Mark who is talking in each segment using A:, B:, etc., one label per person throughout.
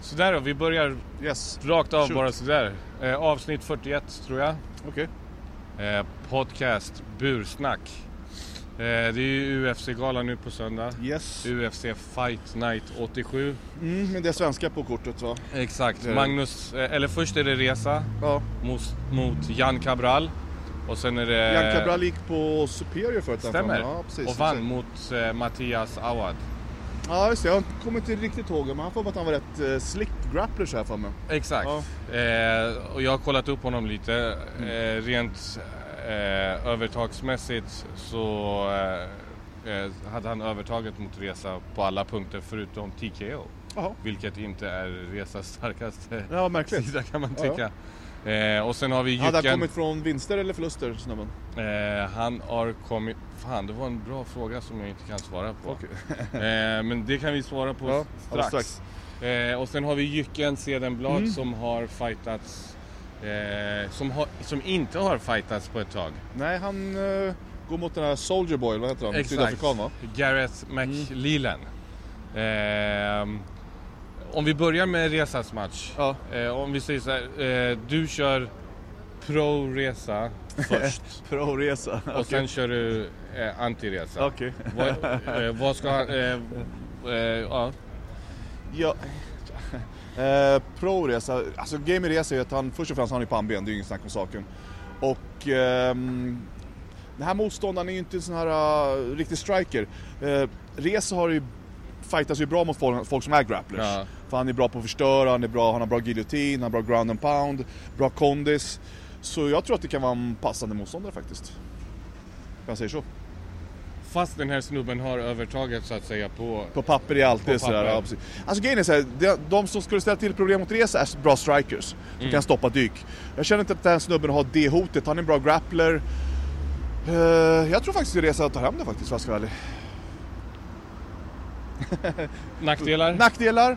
A: sådär då, vi börjar
B: Yes.
A: rakt av
B: Shoot.
A: bara sådär. Eh, avsnitt 41 tror jag.
B: Okej.
A: Eh, podcast Bursnack. Eh, det är ju UFC-gala nu på söndag.
B: Yes.
A: UFC Fight Night 87.
B: Mm, men det är svenska på kortet va?
A: Exakt.
B: Det är det.
A: Magnus, eh, eller först är det Resa
B: Ja.
A: mot, mot Jan Cabral. Och sen är det...
B: Jan Cabral gick på Superior förut. där
A: Stämmer.
B: framme. Ja, precis.
A: och vann mot eh, Mattias Awad.
B: Ja, just det. Jag kommer inte riktigt ihåg men han får att han var rätt eh, slick grappler så här för mig.
A: Exakt. Eh, och jag har kollat upp honom lite.
B: Mm.
A: Eh, rent eh, övertagsmässigt så eh, eh, hade han övertaget mot Resa på alla punkter förutom TKO.
B: Jaha.
A: Vilket inte är Resas starkaste
B: Ja, vad märkligt.
A: sida kan man
B: Ja, ja.
A: tycka. Eh, och sen har vi
B: Hade han
A: Jycken.
B: kommit från vinster eller förluster snubben?
A: Eh, han har kommit... Fan, det var en bra fråga som jag inte kan svara på.
B: Okej.
A: eh, men det kan vi svara på
B: Ja,
A: strax.
B: alldeles strax. Mm.
A: Eh, och sen har vi Jycken Cedenblad som har fightats... Eh, som, har, som inte har fightats på ett tag.
B: Nej, han eh, går mot den här Soldier Boy, vad heter han? Sydafrikan va?
A: Gareth McLelan. Ehm, om vi börjar med Resas match.
B: Ja.
A: Eh, om vi säger så här, eh, du kör pro-resa först
B: Pro-resa.
A: och sen kör du eh, anti-resa.
B: Okej.
A: Vad, eh, vad ska han... Eh, eh, ja.
B: Ja. Eh, Pro-resa, alltså game i resa är ju att han först och främst har han ju pannben, det är ju inget snack om saken. Och ehm, den här motståndaren är ju inte en sån här eh, riktig striker. Eh, resa har ju, fightas ju bra mot folk, folk som är grapplers.
A: Ja.
B: För han är bra på att förstöra, han, är bra, han har bra giljotin, han har bra ground and pound, bra kondis. Så jag tror att det kan vara en passande motståndare faktiskt. Jag säger så.
A: Fast den här snubben har övertaget så att säga på...
B: På papper är alltid
A: På
B: sådär.
A: papper.
B: Ja, precis. alltså grejen är såhär, de, de som skulle ställa till problem mot Reza är bra strikers. Som
A: Mm.
B: kan stoppa dyk. Jag känner inte att den här snubben har det hotet. Han är en bra grappler. Eh, jag tror faktiskt att Reza tar hem det faktiskt, för att vara ärlig.
A: Nackdelar?
B: Nackdelar?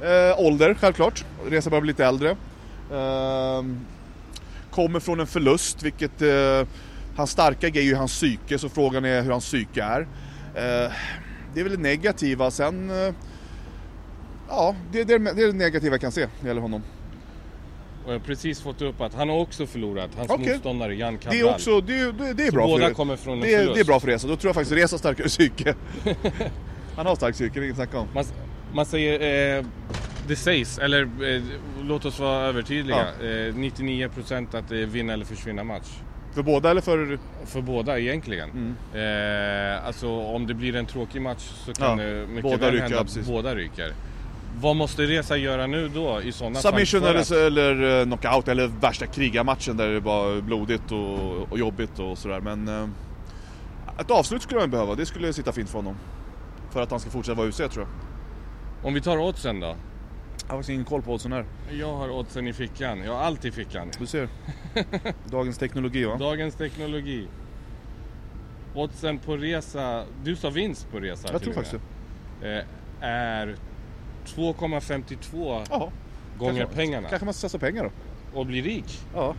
B: Eh, ålder, självklart. Reza börjar bli lite äldre. Ehm, kommer från en förlust, vilket... Eh, hans starka grej är ju hans psyke, så frågan är hur hans psyke är. Eh, det är väl det negativa. Sen... Eh, ja, det, det, är det- det är det negativa jag kan se när det gäller honom.
A: Och jag har precis fått upp att han har också förlorat. Hans
B: Okej.
A: motståndare Jan Cabral.
B: Det är också... Det, är- det, det är bra
A: båda
B: för,
A: kommer från en
B: det, är- det är
A: förlust.
B: bra för Reza. Då tror jag faktiskt Reza har starkare psyke. Han har starkt psyke, det är inget snack om.
A: Man, man säger... Eh, det sägs, eller eh, låt oss vara övertydliga. Eh, 99% att det är vinna eller försvinna match.
B: För båda eller för...
A: För båda
B: Mm.
A: egentligen. Eh, alltså om det blir en tråkig match så kan
B: Ja,
A: det mycket
B: båda
A: väl
B: ryker,
A: hända
B: ja,
A: att
B: precis.
A: båda ryker. Vad måste Reza göra nu då i sådana fall?
B: Submission
A: för
B: eller,
A: att-
B: så- eller eh, knockout eller värsta krigarmatchen där det var blodigt och, och jobbigt och sådär. Men eh, ett avslut skulle han behöva. Det skulle sitta fint för honom. För att han ska fortsätta vara UFC tror jag.
A: Om vi tar oddsen då.
B: Jag har faktiskt ingen koll på oddsen här.
A: Jag har oddsen i fickan. Jag har allt i fickan.
B: Du ser. Dagens teknologi va?
A: Dagens teknologi. Oddsen på resa. Du sa vinst på resa
B: jag
A: till och med.
B: tror faktiskt det.
A: Eh, Är 2,52
B: Ja.
A: gånger
B: Kanske-
A: pengarna.
B: Kanske man ska satsa pengar då.
A: Och blir rik.
B: Ja.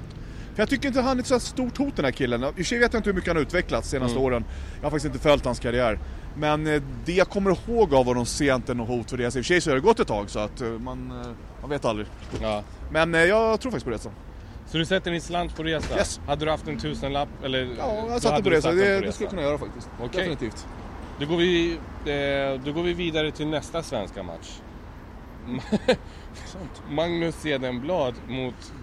B: För jag tycker inte han är ett så här stort hot den här killen. I och för sig vet jag inte hur mycket han har utvecklats de
A: Mm.
B: senaste åren. Jag har faktiskt inte följt hans karriär. Men eh, det jag kommer ihåg av honom ser jag inte något hot för det. I och för sig så har det gått ett tag så att eh, man, eh, man vet aldrig.
A: Ja.
B: Men eh, jag tror faktiskt på Reza.
A: Så du sätter din slant på resa?
B: Yes.
A: Hade du haft en tusenlapp eller?
B: Ja,
A: då
B: jag satte
A: hade
B: på
A: du
B: Reza.
A: satt den
B: Det,
A: på
B: det skulle jag kunna göra faktiskt.
A: Okej.
B: Definitivt.
A: Då går, vi, eh, då går vi vidare till nästa svenska match.
B: Sant.
A: Magnus Cedenblad mot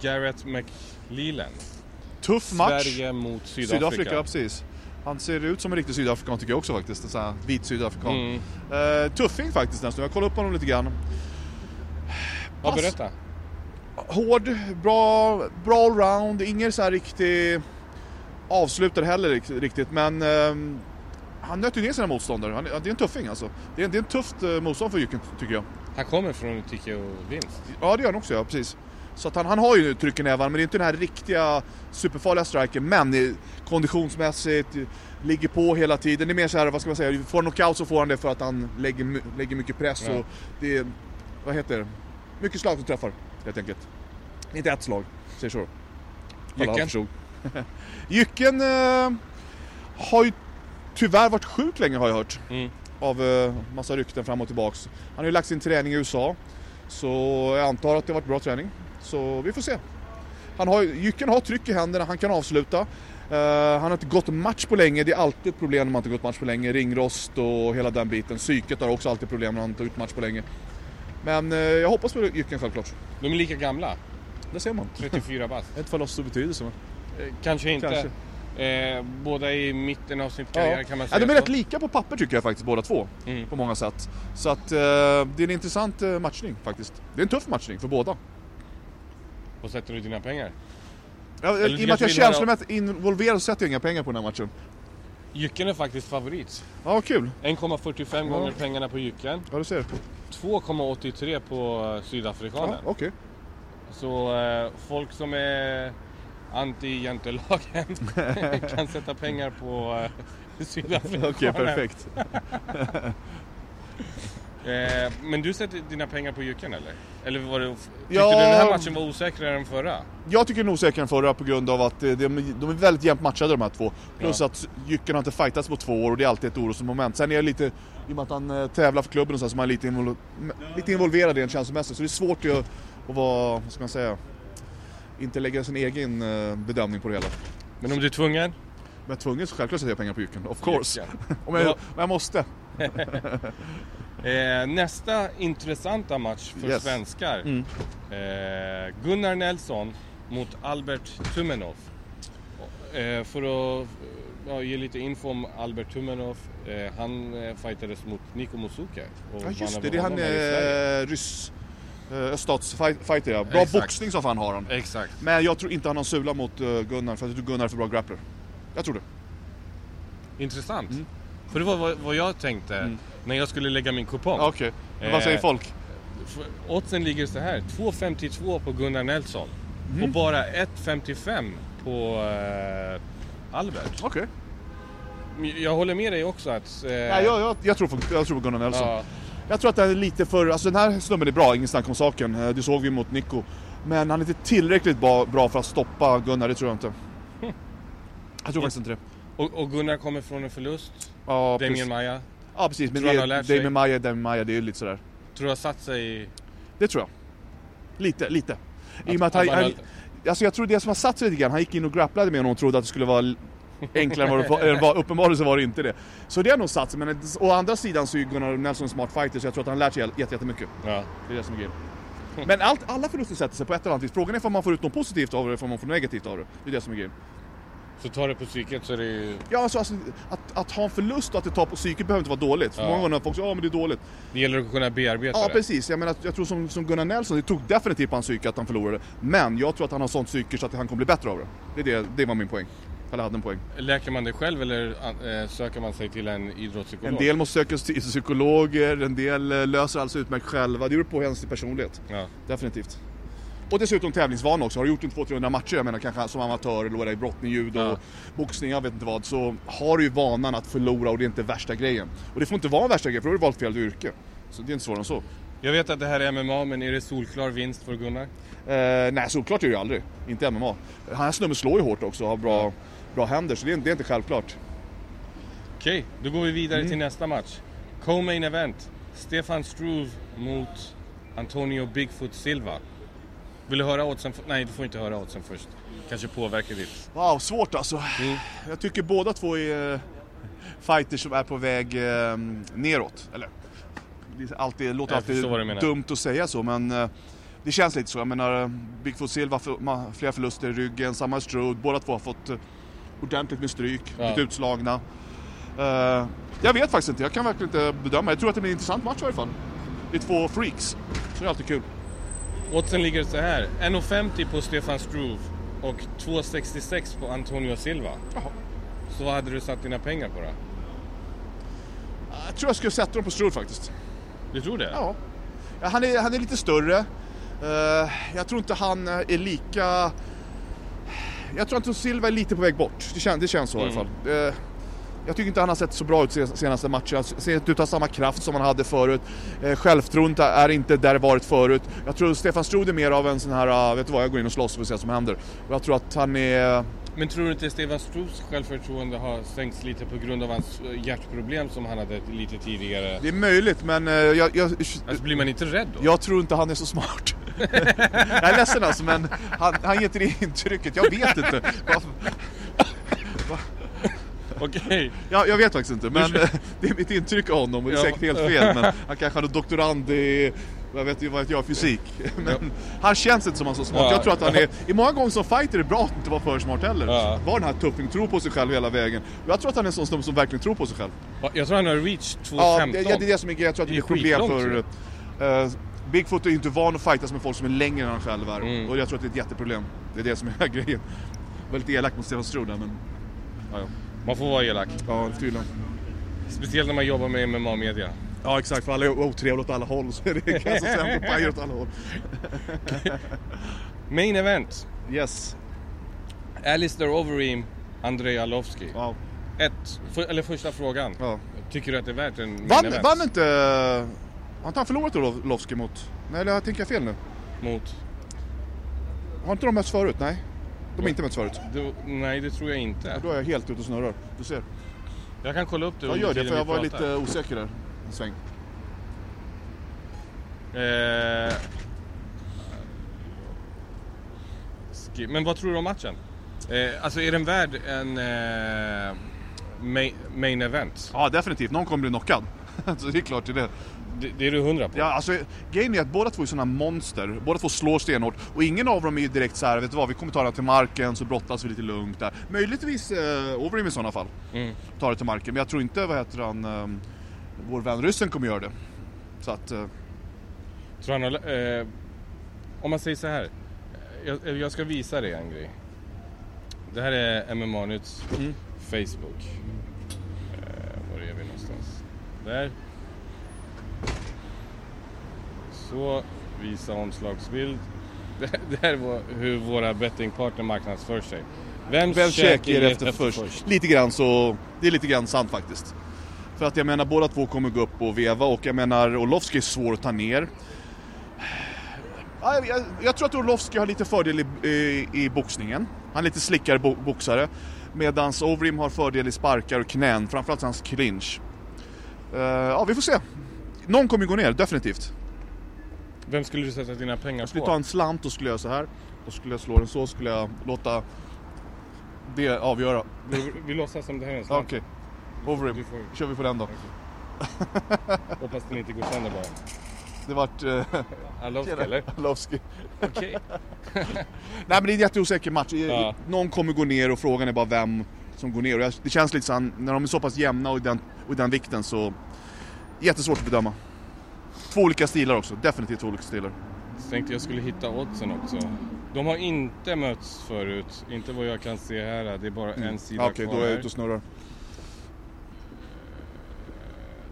A: Garrett McLelan.
B: Tuff match.
A: Sverige mot Sydafrika.
B: Sydafrika. precis. Han ser ut som en riktig sydafrikan tycker jag också faktiskt. En sån här vit sydafrikan.
A: Mm.
B: Eh, tuffing faktiskt nästan. Jag kollade upp honom lite grann.
A: Ja,
B: Pass.
A: berätta.
B: Hård, bra, bra allround, ingen så här riktig avslutare heller rikt- riktigt men ehm, han nöter ju ner sina motståndare. Han, det är en tuffing alltså. Det är, en- det är en tufft eh, motstånd för Jycken tycker jag.
A: Han kommer från TKO-vinst.
B: Ja det gör han också ja, precis. Så att han, han har ju tryck i nävarna men det är inte den här riktiga superfarliga strikern. Men eh, konditionsmässigt, eh, ligger på hela tiden. Det är mer så här, vad ska man säga, får han knockout så får han det för att han lägger, my- lägger mycket press
A: Ja.
B: och det är, vad heter det, mycket slag som träffar helt enkelt. Inte ett slag, säger så. Alla
A: Jycken?
B: förstod. Jycken eh, har ju tyvärr varit sjuk länge har jag hört.
A: Mm.
B: Av eh, massa rykten fram och tillbaks. Han har ju lagt sin träning i USA. Så jag antar att det har varit bra träning. Så vi får se. Han har, Jycken har tryck i händerna, han kan avsluta. Eh, han har inte gått match på länge, det är alltid ett problem när man inte gått match på länge. Ringrost och hela den biten. Psyket har också alltid problem när man inte har gjort match på länge. Men eh, jag hoppas på Jycken självklart.
A: De är lika gamla,
B: Det ser man.
A: 34 bast.
B: Ett fall har så stor betydelse. Men...
A: Eh, Kanske inte. Eh, båda i mitten av sin karriär
B: Ja.
A: kan man
B: Ja,
A: säga.
B: de är
A: så.
B: rätt lika på papper tycker jag faktiskt båda två.
A: Mm.
B: På många sätt. Så att eh, det är en intressant eh, matchning faktiskt. Det är en tuff matchning för båda.
A: Och sätter du dina pengar?
B: Jag,
A: Eller
B: I och
A: du
B: med att jag
A: kanske vill
B: är känslomässigt involverad så sätter jag inga pengar på den här matchen.
A: Jycken är faktiskt favorit.
B: Ja, kul.
A: 1,45 gånger pengarna på Jycken.
B: Ja, du ser.
A: 2,83 på eh,
B: Ja,
A: sydafrikanen.
B: Okej.
A: Så eh, folk som är anti-jantelagen kan sätta pengar på eh, sydafrikanen.
B: Okej, perfekt.
A: Eh, men du sätter dina pengar på Jycken eller? Eller var det, tyckte
B: Ja.
A: du den här matchen var osäkrare än förra?
B: Jag tycker den är osäkrare än förra på grund av att eh, de, de är väldigt jämnt matchade de här två. Plus
A: Ja.
B: att Jycken har inte fightats på två år och det är alltid ett orosmoment. Sen är jag lite, i och med att han eh, tävlar för klubben och så, här, så man är lite, invol- m- lite involverad rent känslomässigt. Så det är svårt ju att, att vara, vad ska man säga, inte lägga sin egen eh, bedömning på det hela.
A: Men om du är tvungen?
B: Men jag är tvungen så självklart sätter jag pengar på Jycken, of course.
A: Jycken.
B: om, jag,
A: Ja.
B: om jag måste.
A: Eh, nästa intressanta match för
B: Yes. Mm.
A: svenskar. Eh, Gunnar Nelson mot Albert Tumenov. Eh, för att eh, ja, ge lite info om Albert Tumenov. Eh, han eh, fightades mot Niko Mosuke. och
B: Ja
A: vann
B: just det,
A: över
B: det är han
A: honom här i Sverige.
B: eh, ryss, eh, öststatsfighter ja. Bra
A: Exakt.
B: boxning som fan har han.
A: Exakt.
B: Men jag tror inte han har sula mot eh, Gunnar, för jag tror Gunnar är för bra grappler. Jag tror det.
A: Intressant.
B: Mm.
A: För det var vad, vad jag tänkte när jag skulle lägga min kupong.
B: Ja, Okej, men vad
A: Eh,
B: säger folk?
A: För Oddsen ligger så här, 2.52 på Gunnar Nelson.
B: Mm.
A: Och bara 1.55 på eh, Albert.
B: Okej.
A: Jag håller med dig också att... eh,
B: Nej, jag, jag, jag, tror, på- jag tror på Gunnar Nelson.
A: ja,
B: Jag tror att den är lite för... Alltså den här snubben är bra, ingen snack om saken. Eh, Det såg vi mot Nico. Men han är inte tillräckligt ba- bra för att stoppa Gunnar, det tror jag inte. Jag tror faktiskt inte det.
A: och, och Gunnar kommer från en förlust.
B: Ja,
A: Damien
B: precis.
A: Maia.
B: Ja, precis. Men
A: Tror han
B: det
A: har
B: är,
A: lärt sig.
B: Damien Maia, Damien Maia, det är lite sådär.
A: Tror jag satt sig i...
B: Det tror jag. Lite, lite. I och med
A: att
B: att han,
A: man
B: han, alltså jag tror det som har satt sig lite grann, han gick in och grapplade med honom och trodde att det skulle vara l- enklare än vad det var- eh, var. Uppenbarligen så var det inte det. Så det har nog satt sig, men det- å andra sidan så är ju Gunnar Nelson en smart fighter så jag tror att han lärt sig jätte- jätte- jättemycket.
A: Ja.
B: Det är det som är grejen. Men allt, alla förluster sätter sig på ett eller annat vis. Frågan är om man får ut något positivt av det eller om man får något negativt av det. Det är det som är grejen.
A: Så tar det på psyket så är det ju...
B: Ja, alltså, alltså att, att ha en förlust och att det tar på psyket behöver inte vara dåligt. För
A: Ja.
B: många gånger har folk sagt ja men det är dåligt.
A: Det gäller att kunna bearbeta
B: Ja,
A: det.
B: precis. Jag, menar, att- jag tror som, som Gunnar Nelson, det tog definitivt på hans psyke att han förlorade. Men jag tror att han har sånt psyke så att han kommer bli bättre av det. Det, är det, det var min poäng. Eller hade en poäng.
A: Läker man det själv eller eh, söker man sig till en idrottspsykolog?
B: En del måste söka sig till psykologer, en del eh, löser alls utmärkt själva. Det beror på hennes personlighet.
A: Ja.
B: Definitivt. Och dessutom tävlingsvana också. Har du gjort en 200-300 matcher, jag menar kanske som amatör eller vad det är, i brottning, judo,
A: Ja.
B: boxning, jag vet inte vad. Så har du ju vanan att förlora och det är inte värsta grejen. Och det får inte vara värsta grejen för då har du valt fel yrke. Så det är inte svårare än så.
A: Jag vet att det här är MMA, men är det solklar vinst för Gunnar?
B: Eh, nej, såklart är det ju aldrig. Inte MMA. Han här snubben slår ju hårt också och har bra, bra händer, så det är, det är inte självklart.
A: Okej, då går vi vidare
B: Mm.
A: till nästa match. Co-main event. Stefan Struve mot Antonio Bigfoot Silva. Vill du höra oddsen? f- Nej, du får inte höra oddsen först. Kanske påverkar ditt.
B: Wow, svårt alltså.
A: Mm.
B: Jag tycker båda två är eh, fighters som är på väg eh, neråt. Eller, det är alltid, det låter
A: Jag
B: alltid
A: förstår vad du menar.
B: dumt att säga så, men eh, det känns lite så. Jag menar, eh, Bigfoot Silva, för, ma- flera förluster i ryggen, samma Strode, båda två har fått eh, ordentligt med stryk,
A: Ja.
B: blivit utslagna. Eh, jag vet faktiskt inte, jag kan verkligen inte bedöma. Jag tror att det blir en intressant match i alla fall. Det är två freaks, så det är alltid kul.
A: Oddsen ligger så här. 1,50 på Stefan Struve och 2,66 på Antonio Silva.
B: Jaha.
A: Så vad hade du satt dina pengar på då?
B: Jag tror jag skulle sätta dem på Strud faktiskt.
A: Du tror det?
B: Ja. Ja, han, är, han är lite större. Eh, jag tror inte han är lika... Jag tror att Silva är lite på väg bort. Det, kän, det känns så i alla fall. Eh, Jag tycker inte han har sett så bra ut sen- senaste matchen. Han ser inte ut att ha samma kraft som han hade förut. Eh, Självförtroendet är inte där det varit förut. Jag tror Stefan Stroud är mer av en sån här, ah, vet du vad, jag går in och slåss för att se vad som händer. Och jag tror att han är...
A: Men tror du inte Stefan Struths självförtroende har sänkts lite på grund av hans eh, hjärtproblem som han hade lite tidigare?
B: Det är möjligt, men eh, jag, jag,
A: Alltså blir man inte rädd då?
B: jag tror inte han är så smart. jag är ledsen alltså, men han, han ger inte det intrycket. Jag vet inte. Vad-
A: Okej.
B: Ja, jag vet faktiskt inte, men det är mitt intryck av honom och det är
A: Ja.
B: säkert helt fel. Men han kanske hade doktorand i, jag vet ju vad vet jag, fysik. Men
A: Ja.
B: han känns inte som han är så smart.
A: Ja.
B: Jag tror att han är, i många gånger som fighter är det bra att inte vara för smart heller.
A: Ja.
B: Var den här tuffing, tro på sig själv hela vägen. Och Jag tror att han är en sån snubbe som verkligen tror på sig själv.
A: Jag tror han har reach
B: Ja,
A: 2.15.
B: det, ja, det är det som är grejen. Jag tror att det
A: Det
B: blir
A: är
B: problem
A: skitlångt,
B: för... eh, Bigfoot är ju inte van att fightas med folk som är längre än han själv är. Och jag tror att det är ett jätteproblem. Det är det som är grejen. Väldigt elak mot Stefan Stroud där, men... Ja, ja.
A: Man får vara elak.
B: ja tydligen.
A: Speciellt när man jobbar med MMA-media.
B: Ja exakt, för alla är otrevliga åt alla håll så är det ganska sämre pajer åt alla håll.
A: Main event.
B: Yes,
A: Alistair Overeem, Andrei Arlovski.
B: wow.
A: Ett, för, eller första frågan.
B: Ja.
A: Tycker du att det är värt en main
B: Vann,
A: event?
B: vann inte... eh, Har inte han förlorat Orlovski mot... Nej, eller tänker jag fel nu?
A: Mot?
B: Har inte de mötts förut? Nej, de har inte mötts förut.
A: Du, nej, det tror jag inte.
B: Då är jag helt ute och snurrar. Du ser.
A: Jag kan kolla upp det
B: Jag
A: under
B: gör det
A: tiden
B: för
A: vi
B: jag var
A: pratar.
B: lite osäker där en sväng.
A: Eh, ski- men vad tror du om matchen? Eh, alltså är den värd en eh, main, main event?
B: Ja, definitivt. Någon kommer bli knockad. Så det är klart det är det.
A: Det, det är du hundra på?
B: Ja, alltså, grejen är att båda två är sådana monster. Båda två slår stenhårt. Och ingen av dem är ju direkt så här, vet du vad, vi kommer ta den till marken så brottas vi lite lugnt där. Möjligtvis eh, Overeem i sådana fall.
A: Mm.
B: Tar det till marken. Men jag tror inte, vad heter han, eh, vår vän ryssen kommer göra det. Så att, eh,
A: Tror han, har- eh, om man säger så här. Jag, jag ska visa dig en grej. Det här är MMA-nytts
B: Mm.
A: Facebook. Eh, var är vi någonstans? Där. Så, visa omslagsbild. Det, det här var hur våra bettingpartner marknadsför sig. Vems
B: vem
A: käk
B: käk är det efter först? Lite grann så, det är lite grann sant faktiskt. För att jag menar, båda två kommer gå upp och veva och jag menar, Olofsky är svår att ta ner. Ja, Jag, jag, jag tror att Orlovski har lite fördel i, i, i boxningen. Han är lite slickare bo, boxare. Medan Overeem har fördel i sparkar och knän, framförallt hans clinch. Eh, ja, vi får se. Någon kommer ju gå ner, definitivt.
A: Vem skulle du sätta dina pengar
B: Skulle
A: på?
B: ta en slant och skulle göra så här. Och skulle jag slå den så skulle jag låta det avgöra.
A: Vi, vi låtsas som det här är en
B: Ja,
A: slant.
B: Okej. Overeem.
A: Du får-
B: kör vi på den då.
A: Hoppas den inte går sönder bara.
B: Det vart... eh,
A: Arlovski eller?
B: Orlovski.
A: Okej.
B: Nej men det är en jätteosäker match. Eh,
A: Ja.
B: Någon kommer gå ner och frågan är bara vem som går ner. Och jag- Det känns lite så när de är så pass jämna och i den, och i den vikten så... Jättesvårt att bedöma. Två olika stilar också, definitivt två olika stilar.
A: Tänkte jag skulle hitta oddsen också. De har inte mötts förut, inte vad jag kan se här. Det är bara en sida
B: Ja, Mm. Okej,
A: kvar
B: då är jag
A: här.
B: ute och snurrar.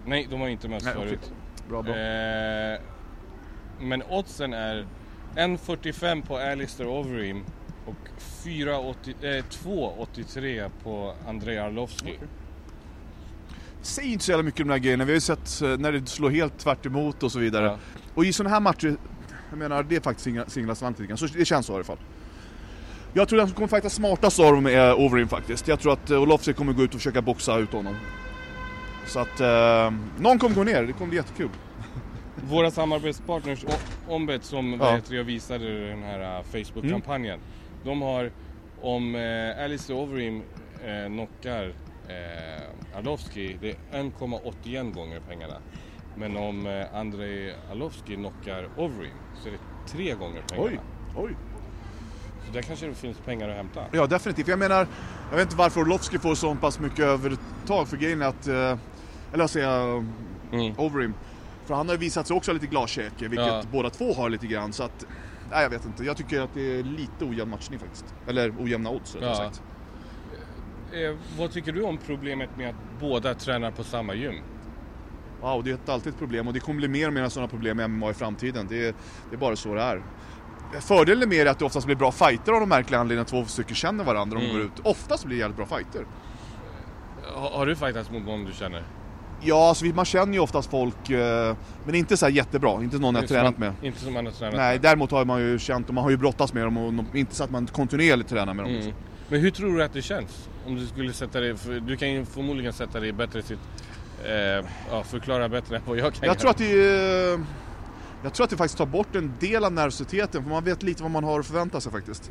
A: Nej, de har inte mötts
B: Nej,
A: förut.
B: Bra, bra.
A: Eh, men oddsen är 1.45 på Alistair Overeem och 4.80 eh, 2.83 på Andrei Arlovski.
B: Säg inte så jävla mycket om de här grejerna. Vi har ju sett eh, när det slår helt tvärt emot och så vidare.
A: Ja.
B: Och i sådana här matcher, jag menar det är faktiskt singla- singla slant lite grann. Så det känns så i alla fall. Jag tror den som kommer fighta smartast av dem är eh, Overeem faktiskt. Jag tror att eh, Olofsson kommer gå ut och försöka boxa ut honom. Så att eh, någon kommer gå ner, det kommer bli jättekul.
A: Våra samarbetspartners O- Ombet som vad
B: Ja. Mm.
A: heter det, jag visade i den här eh, Facebook-kampanjen. De har om eh, Alice Overeem eh, knockar eh, Arlovski, det är 1,81 gånger pengarna. Men om eh, Andrei Arlovski knockar Overeem så är det tre gånger pengarna.
B: Oj, oj.
A: Så där kanske det finns pengar att hämta.
B: Ja definitivt. Jag menar, jag vet inte varför Olofsson får så pass mycket övertag för grejen är att, eh, eller vad säger jag,
A: Mm.
B: Overeem. För han har ju visat sig också ha lite glaskäke, vilket
A: Ja.
B: båda två har lite grann. Så att, nej jag vet inte. Jag tycker att det är lite ojämn matchning faktiskt. Eller ojämna odds rättare
A: Ja.
B: sagt.
A: Eh, vad tycker du om problemet med att båda tränar på samma gym?
B: Wow, det är ett- alltid ett problem och det kommer bli mer och mer sådana problem i MMA i framtiden. Det är, det är bara så det är. Fördelen med det är att det oftast blir bra
A: Mm.
B: fighter av de märkliga anledningarna att två stycken känner varandra och de går ut. Oftast blir det jävligt bra fighter.
A: Har, har du fightats mot någon du känner?
B: Ja, alltså, vi- man känner ju oftast folk, eh, men inte så här jättebra. Inte någon jag har
A: Inte som
B: tränat
A: man-
B: med.
A: Inte som man har tränat
B: Nej,
A: med.
B: däremot har man ju känt, och man har ju brottats med dem, och de- inte så att man kontinuerligt tränar med dem.
A: Mm. Men hur tror du att det känns? Om du skulle sätta dig, för du kan ju förmodligen sätta dig i bättre sitt, eh, ja, förklara bättre än vad jag kan
B: Jag tror att det eh, Jag tror att det faktiskt tar bort en del av nervositeten för man vet lite vad man har att förvänta sig faktiskt.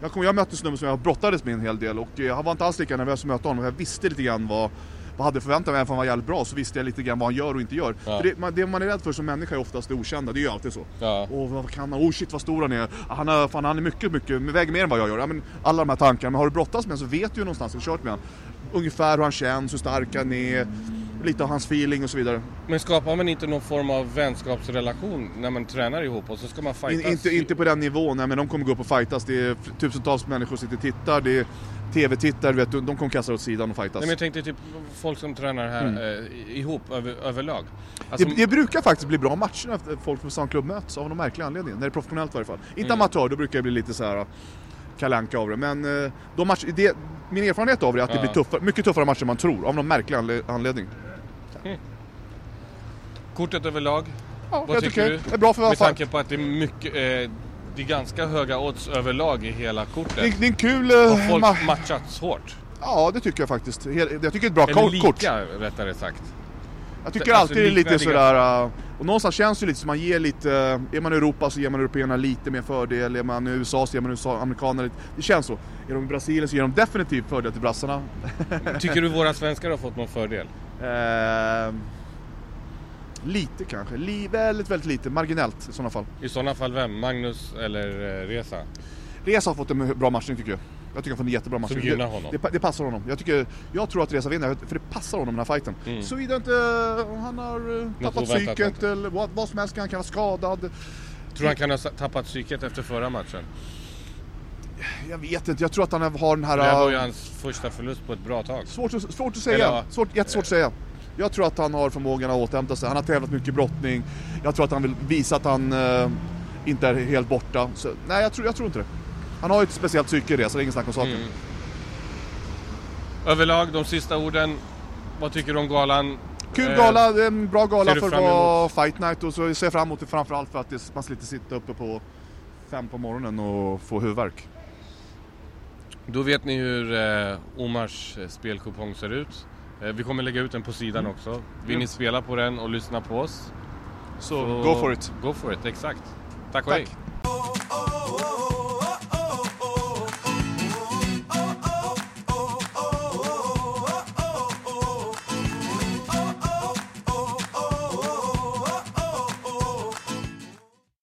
B: Jag, kom, jag mötte en snubbe som jag brottades med en hel del och eh, jag var inte alls lika nervös som jag mötte honom. Jag visste lite grann vad vad hade förväntat mig, även om han var jävligt bra så visste jag lite grann vad han gör och inte gör.
A: Ja.
B: För det, man, det man är rädd för som människa är oftast det okända, det är ju alltid så.
A: Ja.
B: Åh, vad kan han? Åh shit vad stor han är. Ah, Han är, fan, han är mycket, mycket, väger mer än vad jag gör. Ja, men alla de här tankarna. Men har du brottats med honom så vet du ju någonstans, eller kört med honom, ungefär hur han känns, hur stark han är, lite av hans feeling och så vidare.
A: Men skapar man inte någon form av vänskapsrelation när man tränar ihop och så ska man
B: In,
A: fightas?
B: inte, inte på den nivån, nej, men de kommer gå upp och fightas. Det är tusentals människor som sitter och tittar. Det är TV-tittare, du vet, de kommer kasta åt sidan och fightas.
A: Nej, men jag tänkte typ folk som tränar här
B: Mm.
A: eh, i- ihop över, överlag. Alltså,
B: det, det brukar faktiskt bli bra matcher när folk från samma klubb möts, av någon märklig anledning. När det är professionellt i varje fall. Inte
A: Mm.
B: amatör, då brukar det bli lite så här äh, kalanka av det. Men eh, de match, det, min erfarenhet av det är att det
A: Ja.
B: blir tuffare, mycket tuffare matcher än man tror, av någon märklig anle- anledning.
A: kortet överlag,
B: Ja,
A: vad
B: jag
A: tycker
B: tycker
A: du?
B: det är bra för
A: Med
B: vad fan.
A: tanke på att det är mycket, eh, det är ganska höga odds överlag i hela kortet.
B: Det, är- det är en kul...
A: Har
B: eh,
A: folk
B: ma-
A: matchats hårt?
B: ja, det tycker jag faktiskt. Hel- Jag tycker det är ett bra
A: Eller
B: kort. kort.
A: lika, rättare sagt.
B: Jag tycker
A: Alltså,
B: alltid det är lite
A: likvärdiga.
B: sådär... eh, Och någonstans känns det lite som man ger lite... eh, Är man i Europa så ger man européerna lite mer fördel. Är man i USA så ger man USA, amerikanerna lite... Det känns så. Är de i Brasilien så ger de definitivt fördel till brassarna.
A: Tycker du våra svenskar har fått någon fördel?
B: Eh, lite kanske. Li, väldigt, väldigt lite. Marginellt i sådana fall.
A: I sådana fall vem? Magnus eller eh, Reza?
B: Reza har fått en bra matchning tycker jag. Jag tycker han har fått en jättebra matchning.
A: gynnar
B: Det-
A: honom.
B: Det, pa- det passar honom. Jag, tycker, jag tror att Reza vinner, för det passar honom den här fighten.
A: Mm.
B: Såvida inte eh, han har eh, tappat
A: oväntat
B: psyket
A: hänt.
B: eller vad, vad som helst. Han kan vara skadad.
A: Tror han kan ha sa- tappat psyket efter förra matchen?
B: Jag vet inte, jag tror att han har den här...
A: Det här var ju
B: eh,
A: hans första förlust på ett bra tag.
B: svårt, att, svårt att
A: Eller
B: säga,
A: ja.
B: svårt, jättesvårt att säga. Jag tror att han har förmågan att återhämta sig. Han har tävlat mycket i brottning. Jag tror att han vill visa att han eh, inte är helt borta. Så, nej, jag tror, jag tror inte det. Han har ju ett speciellt psyke i det, så det är ingen snack om saken.
A: Mm. Överlag, de sista orden. Vad tycker du om galan?
B: Kul
A: Eh,
B: gala, det är en bra gala
A: ser du
B: för att
A: fram emot?
B: vara fight night och så ser jag fram emot det framförallt för att det, man slipper sitta uppe på fem på morgonen och få huvudvärk.
A: Då vet ni hur eh, Omars eh, spelkupong ser ut. Eh, vi kommer lägga ut den på sidan
B: Mm.
A: också. Vill ni
B: Grymt.
A: spela på den och lyssna på oss?
B: Så go for it!
A: Go for it, exakt. Tack och
B: Tack.
A: hej.